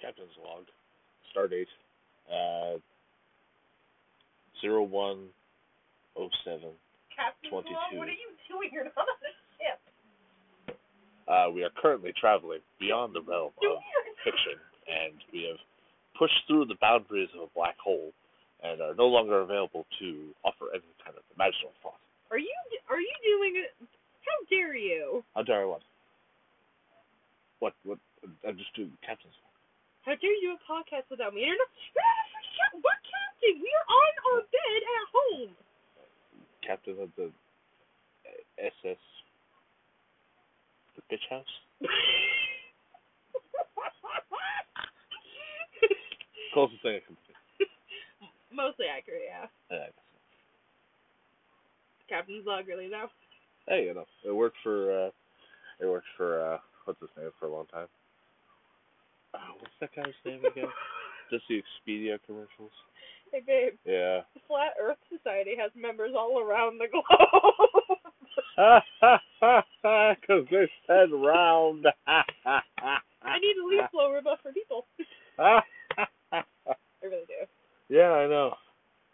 captain's log. Start date. Uh, zero one oh seven. Captain, Log, 22. what are you doing? You're not on the ship. Uh, we are currently traveling beyond the realm Do of fiction, and we have pushed through the boundaries of a black hole, and are no longer available to offer any kind of imaginal thought. Are you are you doing? A, how dare you? How dare I what? What? What? I'm just doing captain's log. How dare you do a podcast without me? You're not, you're not a freaking cap- what captain? We are on our bed at home. captain of the uh, SS, the bitch house. Closest thing I can think. Mostly accurate, yeah. Uh, Captain's log, really though. hey, you know, it worked for uh, it worked for uh, what's his name for a long time. Uh, what's that guy's name again? Just the Expedia commercials. Hey babe, Yeah. the Flat Earth Society has members all around the globe. Ha ha ha ha! Because they said round. Ha ha ha I need a leaf blower above for people. ha ha! I really do. Yeah, I know.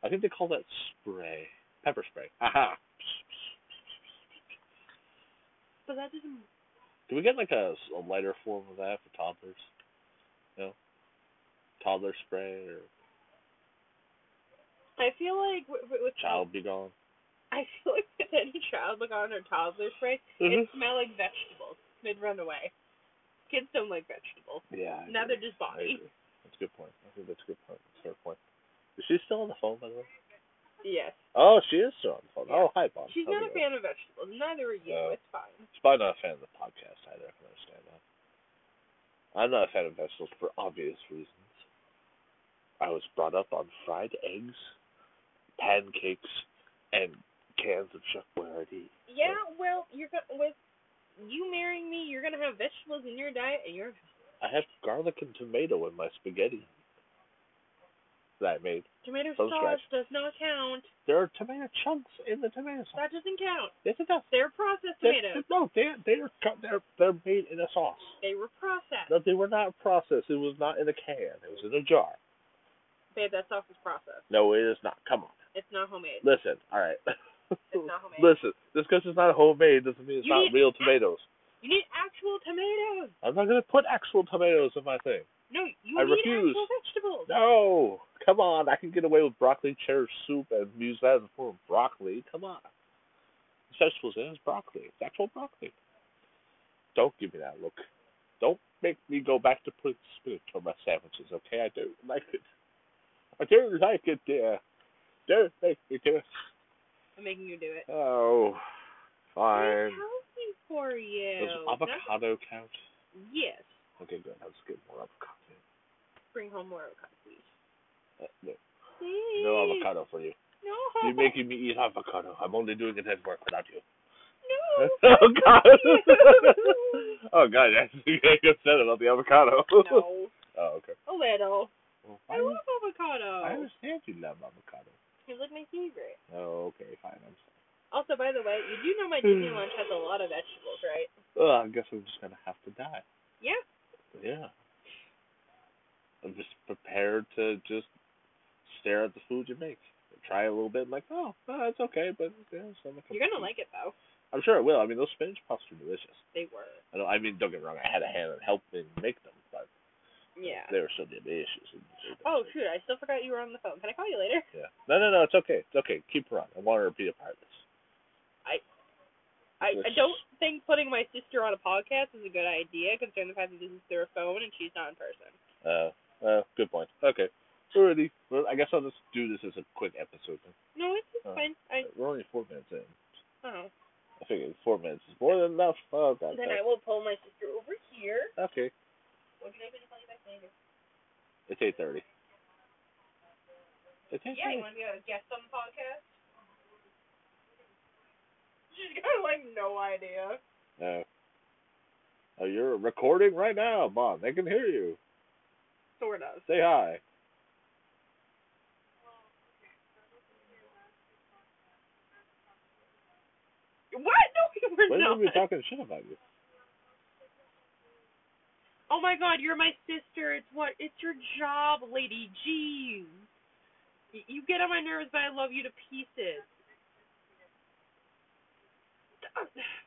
I think they call that spray, pepper spray. Aha. But that doesn't. Can we get like a, a lighter form of that for toddlers? You know, toddler spray or I feel like with, with with- child be gone. I feel like with any child like on or toddler spray, Mm-hmm. it smell like vegetables. They'd run away. Kids don't like vegetables. Yeah. I Now agree. they're just I body. agree. That's a good point. I think that's a good point. That's a fair point. Is she still on the phone, by the way? Yes. Oh, she is still on the phone. Yeah. Oh, hi, Bob. She's How's not it a fan of vegetables. Neither are you. No. It's fine. She's probably not a fan of the podcast either. I can understand that. I'm not a fan of vegetables for obvious reasons. I was brought up on fried eggs, pancakes, and cans of Chuck Boyardee. Yeah, well, you're go- with you marrying me, you're gonna have vegetables in your diet, and you're I have garlic and tomato in my spaghetti that I made. tomato From scratch. sauce does not count. There are tomato chunks in the tomato sauce. That doesn't count. Yes, it does. They're processed They- tomatoes. no, they they are cut. They're they're made in a sauce. They were processed. No, they were not processed. It was not in a can. It was in a jar. Babe, that sauce is processed. No, it is not. Come on. It's not homemade. Listen, all right. It's not homemade. Listen, just because it's not homemade doesn't mean it's You not need- real tomatoes. You need actual tomatoes. I'm not gonna put actual tomatoes in my thing. No, you I need refuse. actual vegetables. No, come on. I can get away with broccoli cheddar soup and use that as a form of broccoli. Come on. It's vegetables and it's broccoli. It's actual broccoli. Don't give me that look. Don't make me go back to putting spinach on my sandwiches, okay? I don't like it. I don't like it, dear. Don't make me do it. I'm making you do it. Oh, It's fine. healthy for you. Does That's- avocado count? yes. Okay, good. Let's get more avocado. Bring home more avocado, please. Uh, no, Please. no avocado for you. No. You're making me eat avocado. I'm only doing it at work without you. No. oh God. oh God. That's you just said about the avocado. no. Oh okay. A little. Well, I love avocado. I understand you love avocado. It's like my favorite. Oh okay, fine. I'm sorry. Also, by the way, you do know my Disney lunch has a lot of vegetables, right? Well, I guess I'm just gonna have to die. Yeah. Yeah. I'm just prepared to just stare at the food you make. Try a little bit and like, oh, no, it's okay, but yeah, so I'm You're gonna like it though. I'm sure it will. I mean, those spinach puffs are delicious. They were. I, don't, I mean, don't get me wrong. I had a hand in helping make them, but Yeah. they were still delicious. and- Oh shoot! I still forgot you were on the phone. Can I call you later? Yeah. No, no, no. It's okay. It's okay. Keep her on. I want her to be a part of this. I, I Yes. don't think putting my sister on a podcast is a good idea, considering the fact that this is through a phone and she's not in person. Uh, uh, good point. Okay. Already. Well, I guess I'll just do this as a quick episode. Then. No, it's, it's Oh. fine. I We're only four minutes in. oh. I figured four minutes is more than enough. Oh, God. Then I will pull my sister over here. Okay. What can I do to call you back later? It's 8.30. It's 8.30. Yeah, you want to be a guest on the podcast? She's got like no idea. No. Uh, Oh, you're recording right now, Mom. They can hear you. Sort of. Say hi. What? No, we were When did not. we be talking shit about you? Oh my god, you're my sister. It's what it's your job, lady. Jeez. Y- You get on my nerves, but I love you to pieces.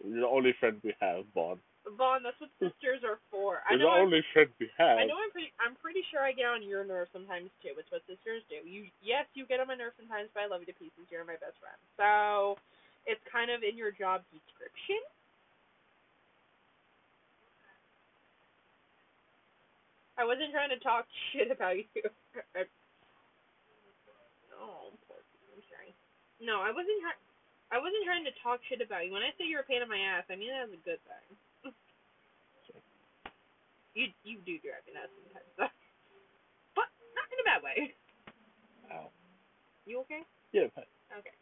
You're the only friend we have, Bon. Vaughn, that's what sisters are for. I You're the know I'm- only friend we have. I know I'm pretty. I'm pretty sure I get on your nerves sometimes too. It's what sisters do. You, yes, you get on my nerves sometimes, but I love you to pieces. You're my best friend. So, it's kind of in your job description. I wasn't trying to talk shit about you. I- oh, poor thing, I'm sorry. No, I wasn't. Try- I wasn't trying to talk shit about you. When I say you're a pain in my ass, I mean that as a good thing. You you do drive me nuts sometimes. but not in a bad way. Ow. You okay? Yeah, but Okay.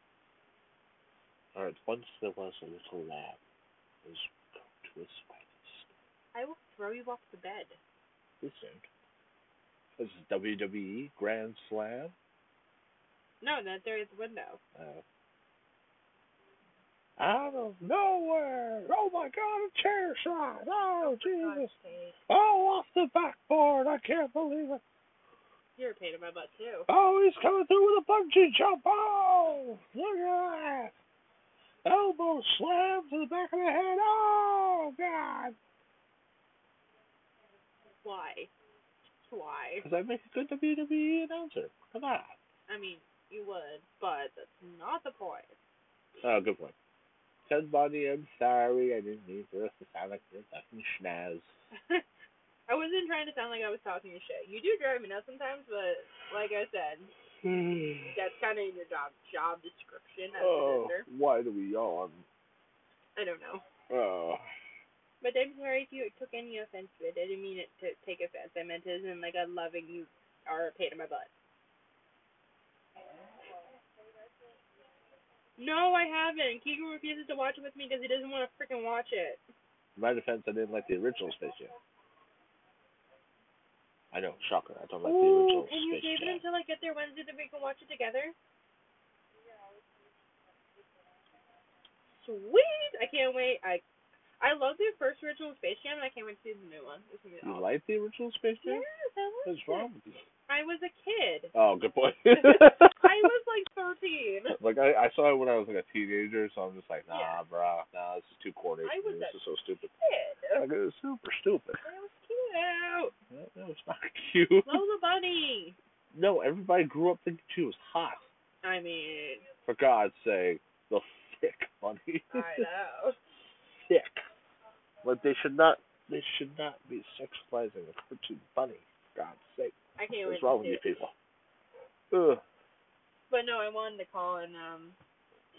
Alright, once there was a little lad who was come to his finest. I will throw you off the bed. Listen. This is E WWE Grand Slam. No, that there is a window. Uh, out of nowhere! Oh my god, a chair shot! Oh, Jesus! Oh, off the backboard! I can't believe it! You're a pain in my butt too. Oh, he's coming through with a bungee jump! Oh, look at that! Elbow slam to the back of the head! Oh, God! Why? Why? Because I make a good WWE announcer. Come on. I mean, you would, but that's not the point. Oh, good point. Ted Bundy, I'm sorry. I didn't mean for us to sound like this fucking schnaz. I wasn't trying to sound like I was talking your shit. You do drive me nuts sometimes, but like I said, that's kind of in your job job description as a oh, sister. why do we yawn? I don't know. Oh. But I'm sorry if you took any offense to it. I didn't mean it to take offense. I meant it as in like a loving you are a pain in my butt. No, I haven't. Keegan refuses to watch it with me because he doesn't want to freaking watch it. In my defense, I didn't like the original Space Jam. I know, shocker. I don't like the original and you Space gave it Jam. until I get there Wednesday that we can watch it together? Sweet! I can't wait. I I love the first original Space Jam and I can't wait to see the new one. It's gonna be You awesome. like the original Space Jam? Yes, I loved What's it. wrong with you? I was a kid. Oh, good point. I was like 13. like I, I saw it when I was like a teenager, so I'm just like, nah, Yeah. bruh, nah, this is too corny. I for me. was this a is so stupid. Kid. Like, it was super stupid. I was cute. No, no, it's not cute. Lola Bunny. No, everybody grew up thinking she was hot. I mean, For God's sake, the thick money. I know. thick. Like they should not. They should not be sexualizing a cartoon bunny. For God's sake, I can't wait what's to wrong with see you it. people? Ugh. But no, I wanted to call and um,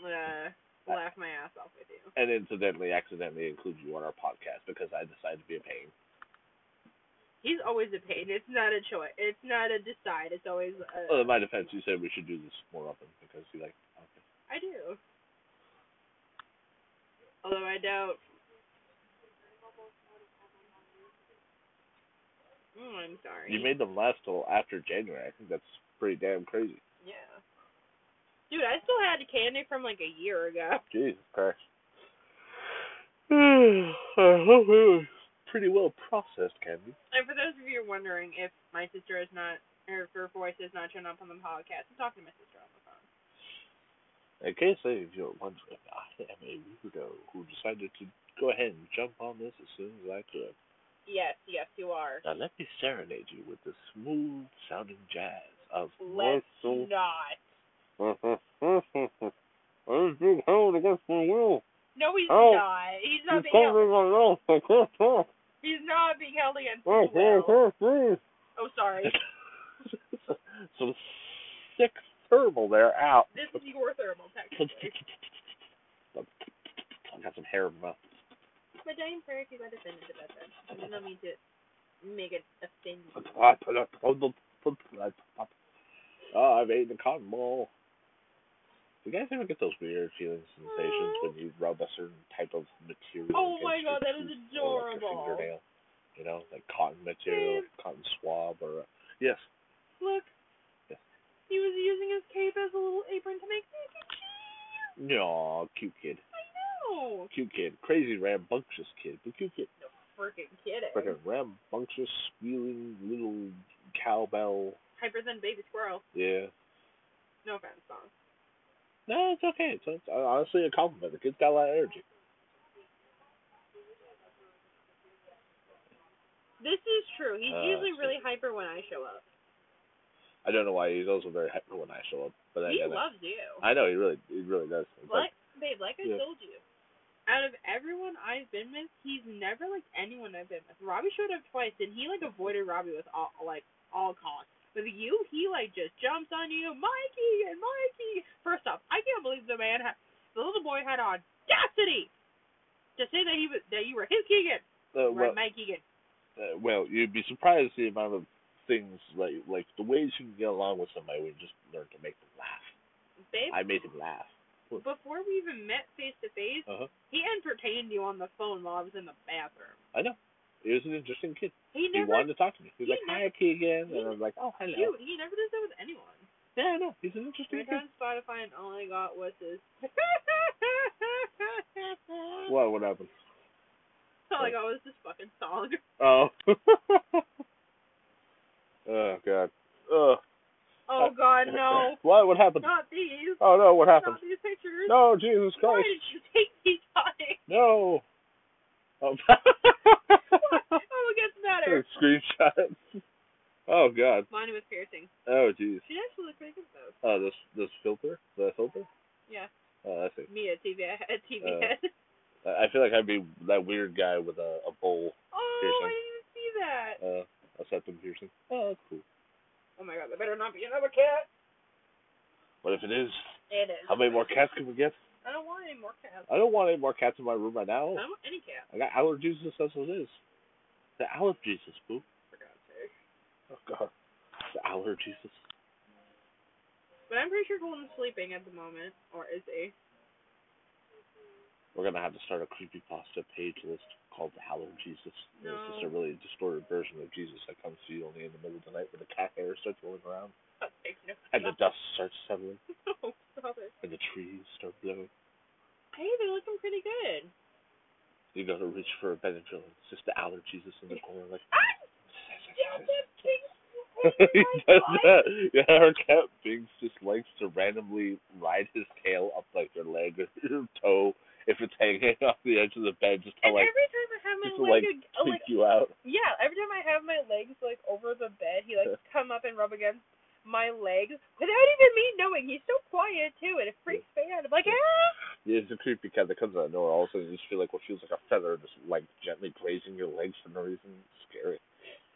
uh, laugh my ass off with you. And incidentally, accidentally include you on our podcast because I decided to be a pain. He's always a pain. It's not a choice. It's not a decide. It's always a. Well, in my defense, you said we should do this more often because you like. Okay. I do. Although I doubt. Mm, I'm sorry. You made them last till after January. I think that's pretty damn crazy. Yeah. Dude, I still had candy from like a year ago. Jesus Christ. I hope it was pretty well processed, Candy. And for those of you wondering if my sister is not, or if her voice is not showing up on the podcast, I'm talking to my sister on the phone. In case any of you are wondering, I am a weirdo who decided to go ahead and jump on this as soon as I could. Yes, yes, you are. Now let me serenade you with the smooth sounding jazz of Let's Marshall. not. I'm being held against my will. No, he's Oh. not. He's not He's being held. holding my mouth. I can't talk. He's not being held against I his will. can't breathe. Oh, sorry. Some sick thermal there. Out. This is your thermal, technically. I got some hair in my mouth. But I'm sorry if you got offended about that. I did not mean to make it a thing. Oh, I've eaten a cotton ball. Do you guys ever get those weird feeling sensations when you rub a certain type of material? Oh against my your God, that is tooth or, like, your adorable. fingernail? You know, like cotton material, Man. like a cotton swab, or a, yes, Look, Yes. he was using his cape as a little apron to make me no, cute kid, I know. cute kid, crazy rambunctious kid, but cute kid. freaking kidding. Like a rambunctious, squealing little cowbell. Hyper than baby squirrel. Yeah. No offense, song. No, it's okay. It's, it's honestly a compliment. The kid's got a lot of energy. This is true. He's Uh, usually so- really hyper when I show up. I don't know why he's also very hyper when I show up, but I he get it. loves you. I know he really, he really does. It's like, like, babe, like I Yeah. told you, out of everyone I've been with, he's never liked anyone I've been with. Robbie showed up twice, and he like avoided Robbie with all like all costs. With you, he like just jumps on you, Mikey and Mikey. First off, I can't believe the man, ha- the little boy had audacity to say that he was that you were his uh, Keegan, well, right, Mike Keegan. uh, well, you'd be surprised the amount of things like, like the ways you can get along with somebody when you just learn to make them laugh. Babe, I made him laugh. before we even met face to face, Uh huh. he entertained you on the phone while I was in the bathroom. I know. He was an interesting kid. He He never wanted to talk to me. He was he like, never- "Hi, Keegan," he- and I'm like, "Oh, hello." Dude, he never does that with anyone. Yeah, I know. He's an I interesting went kid. on Spotify and all I got was this. What? What happened? All I got was this fucking song. Oh. oh God. Ugh. Oh god, no. What? What happened? Not these. Oh no! What happened? Not these pictures. No, Jesus Why Christ! did you take these guys? No. Oh. oh, it gets better. Screenshot. Oh God. Mine was piercing. Oh jeez. She actually looked pretty good though. Oh, this this filter. The filter. Yeah. Oh, I see. Me at TV at TV Uh, head. I I feel like I'd be that weird guy with a, a bowl. Oh, I piercing. didn't even see that. Uh, a septum piercing. Oh, that's cool. Oh my god, that better not be another cat. What if it is? It is. How many more cats can we get? I don't want any more cats. I don't want any more cats in my room right I now. don't want any cats. I got allergies and stuff as it is. The allergies, boo. For God's sake. Oh God. The allergies. But I'm pretty sure Golden's sleeping at the moment, or is he? We're gonna have to start a creepy pasta page list called the Howler Jesus. And It's just a No. really distorted version of Jesus that comes to you only in the middle of the night when the cat hair starts rolling around God's sake, no. and the dust starts settling No, Oh, stop it. and the trees start blowing. Hey, they're looking pretty good. You gotta reach for a Benadryl. It's just the Howler Jesus in the corner, like. he does that. Yeah, her cat Binks just likes to randomly ride his tail up like your leg or your toe if it's hanging off the edge of the bed, just to And Oh, like every time I have my just to, leg, like ag- uh, freak like you out. yeah, every time I have my legs like over the bed, he like come up and rub against my legs without even me knowing. He's so quiet too, and it freaks me out. I'm like, ah. Yeah, it's a creepy cat that comes out of nowhere. All of a sudden, you just feel like what feels like a feather just like gently grazing your legs for no reason. It's scary.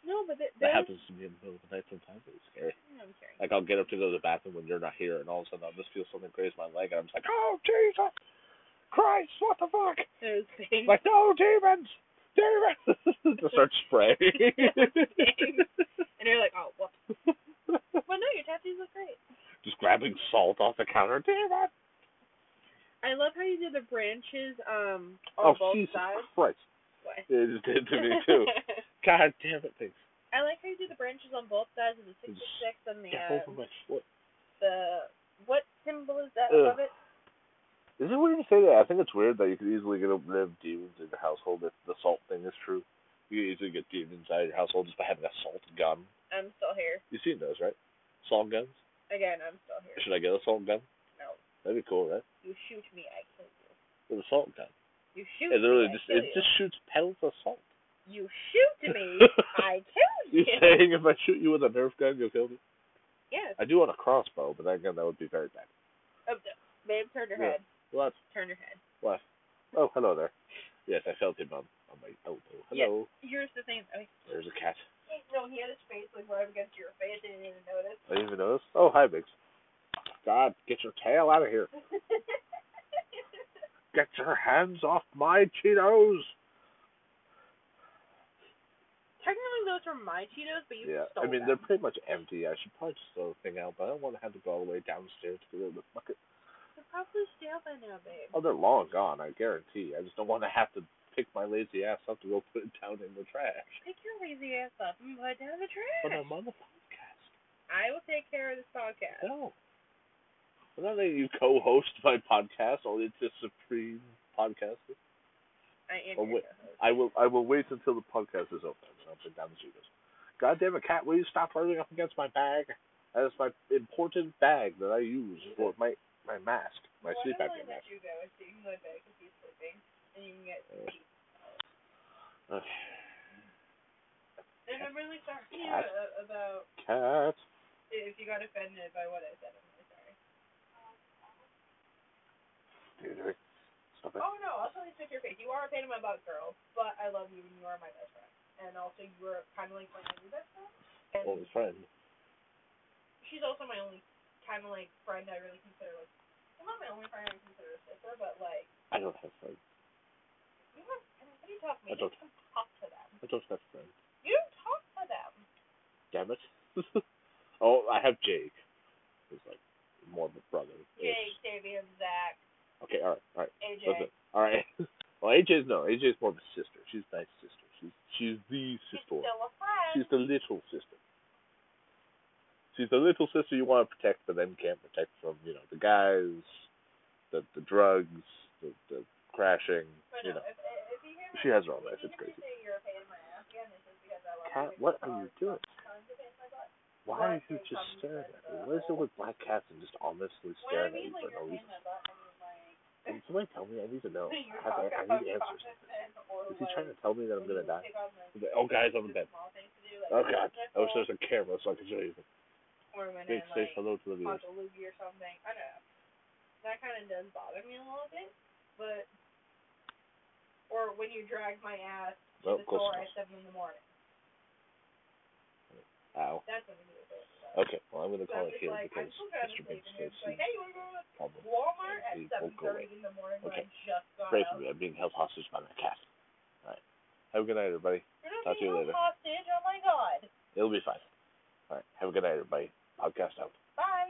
No, but th- That there's. happens to me in the middle of the night sometimes. It's scary. I'm sorry. Like I'll get up to go to the bathroom when you're not here, and all of a sudden I'll just feel something graze my leg, and I'm just like, oh Jesus Christ, what the fuck? There's things. like, no, demons! Demons! to start spraying. and you're like, oh, whoops. well, no, your tattoos look great. Just grabbing salt off the counter. Demon! I love how you did the branches um Oh, on both Jesus sides. Christ. What? It just did to me, too. God damn it, things. I like how you did the branches on both sides of the It's- 66 and the Get uh, over my foot. the what symbol is that Ugh. above it? Is it weird to say that? I think it's weird that you could easily get rid of demons in your household if the salt thing is true. You could easily get demons out of your household just by having a salt gun. I'm still here. You've seen those, right? Salt guns? Again, I'm still here. Should I get a salt gun? No, That'd be cool, right? you shoot me, I kill you. With a salt gun. You shoot It literally me, just I kill it you. just shoots petals of salt. You shoot me, I kill you. You saying if I shoot you with a Nerf gun, you'll kill me? Yes. I do want a crossbow, but then again, that would be very bad. Oh, no. babe, turn your Yeah. head. What? Turn your head. What? Oh, hello there. Yes, I felt him on, on my elbow. Hello. Here's the thing. I mean, There's a cat. no, he had his face like right against your face, and you didn't even notice. I didn't even notice. Oh, hi, Biggs. God, get your tail out of here. Get your hands off my Cheetos. Technically, those were my Cheetos, but you yeah, stole I mean, them. they're pretty much empty. I should probably just throw the thing out, but I don't want to have to go all the way downstairs to get rid of the bucket. They're probably stale by now, babe. Oh, they're long gone, I guarantee. I just don't want to have to pick my lazy ass up to go put it down in the trash. Pick your lazy ass up and put it down the But trash. I'm on the podcast. I will take care of this podcast. No. Well, now that you co-host my podcast, all it's a supreme podcast. I I am. Oh, wait. I will I will wait until the podcast is over and I'll bring down the Zubas. God damn it, Cat, will you stop rubbing up against my bag? That is my important bag that I use for my, my mask, my Why sleep don't I apnea let mask. you go if you can go to bed because he's sleeping and you can get Yeah. sleep. Ugh, And I'm really sorry Cat. uh, about Cat. if you got offended by what I said. I'm really sorry. Dude, I- stop it. Oh no, I'll totally stick your face. You are a pain in my butt, girl, but I love you and you are my best friend. And also, you are kind of like my only best friend. And Only friend. she's also my only kind of like friend I really consider like. Well, not my only friend I consider a sister, but like I don't have friends. you have. I mean, what do you talk to me? I You don't talk to them. I don't have friends. You don't talk to them. Damn it. oh, I have Jake. He's like more of a brother. Jake, Davian, Zach, Okay, all right, all right. AJ. Listen, all right. Well, AJ's no. AJ's more of a sister. She's my sister. She's she's the She's sister. still a friend. She's the little sister. She's the little sister you want to protect, but then can't protect from you know the guys, the the drugs, the the crashing. But uh, You know, no, if, if you hear me, she has her own life. if you It's hear me crazy. say you're a pain in my ass again, it's just because I Cat, love you. what are you doing? Tons of pain in my butt. Why are you just staring at me? What is it with black cats and just ominously When I staring at you mean like for you're no a pain reason? in my butt, I mean like. Can somebody tell me? I need to know. you're Oh, I, have, I talking need about answers. consciousness or Is he like, trying to tell me that I'm when gonna you die? pick on, like, He's like, oh, guys, I'm in the bed. small things to do, like, Oh god, I wish there consciousness was a camera so I could show you. Or when Jake, I say like hello to the viewers. watch a movie or something. I don't know. That kind of does bother me a little bit, but or when you drag my ass Oh, to the close store enough. at seven in the morning. Ow. That's when you do it. Okay, well I'm gonna So call I'm it just here like, because I'm still kind of Mr. Big sleeping. And says it's he's like, hey, you wanna go to problem. Walmart at He seven won't go away. thirty in the morning when Okay. I just got Pray up. for me, I'm being held hostage by my cat. Alright. Have a good night everybody. You're Talk to not being you held later. hostage. Oh my god. It'll be fine. Alright, have a good night everybody. Podcast out.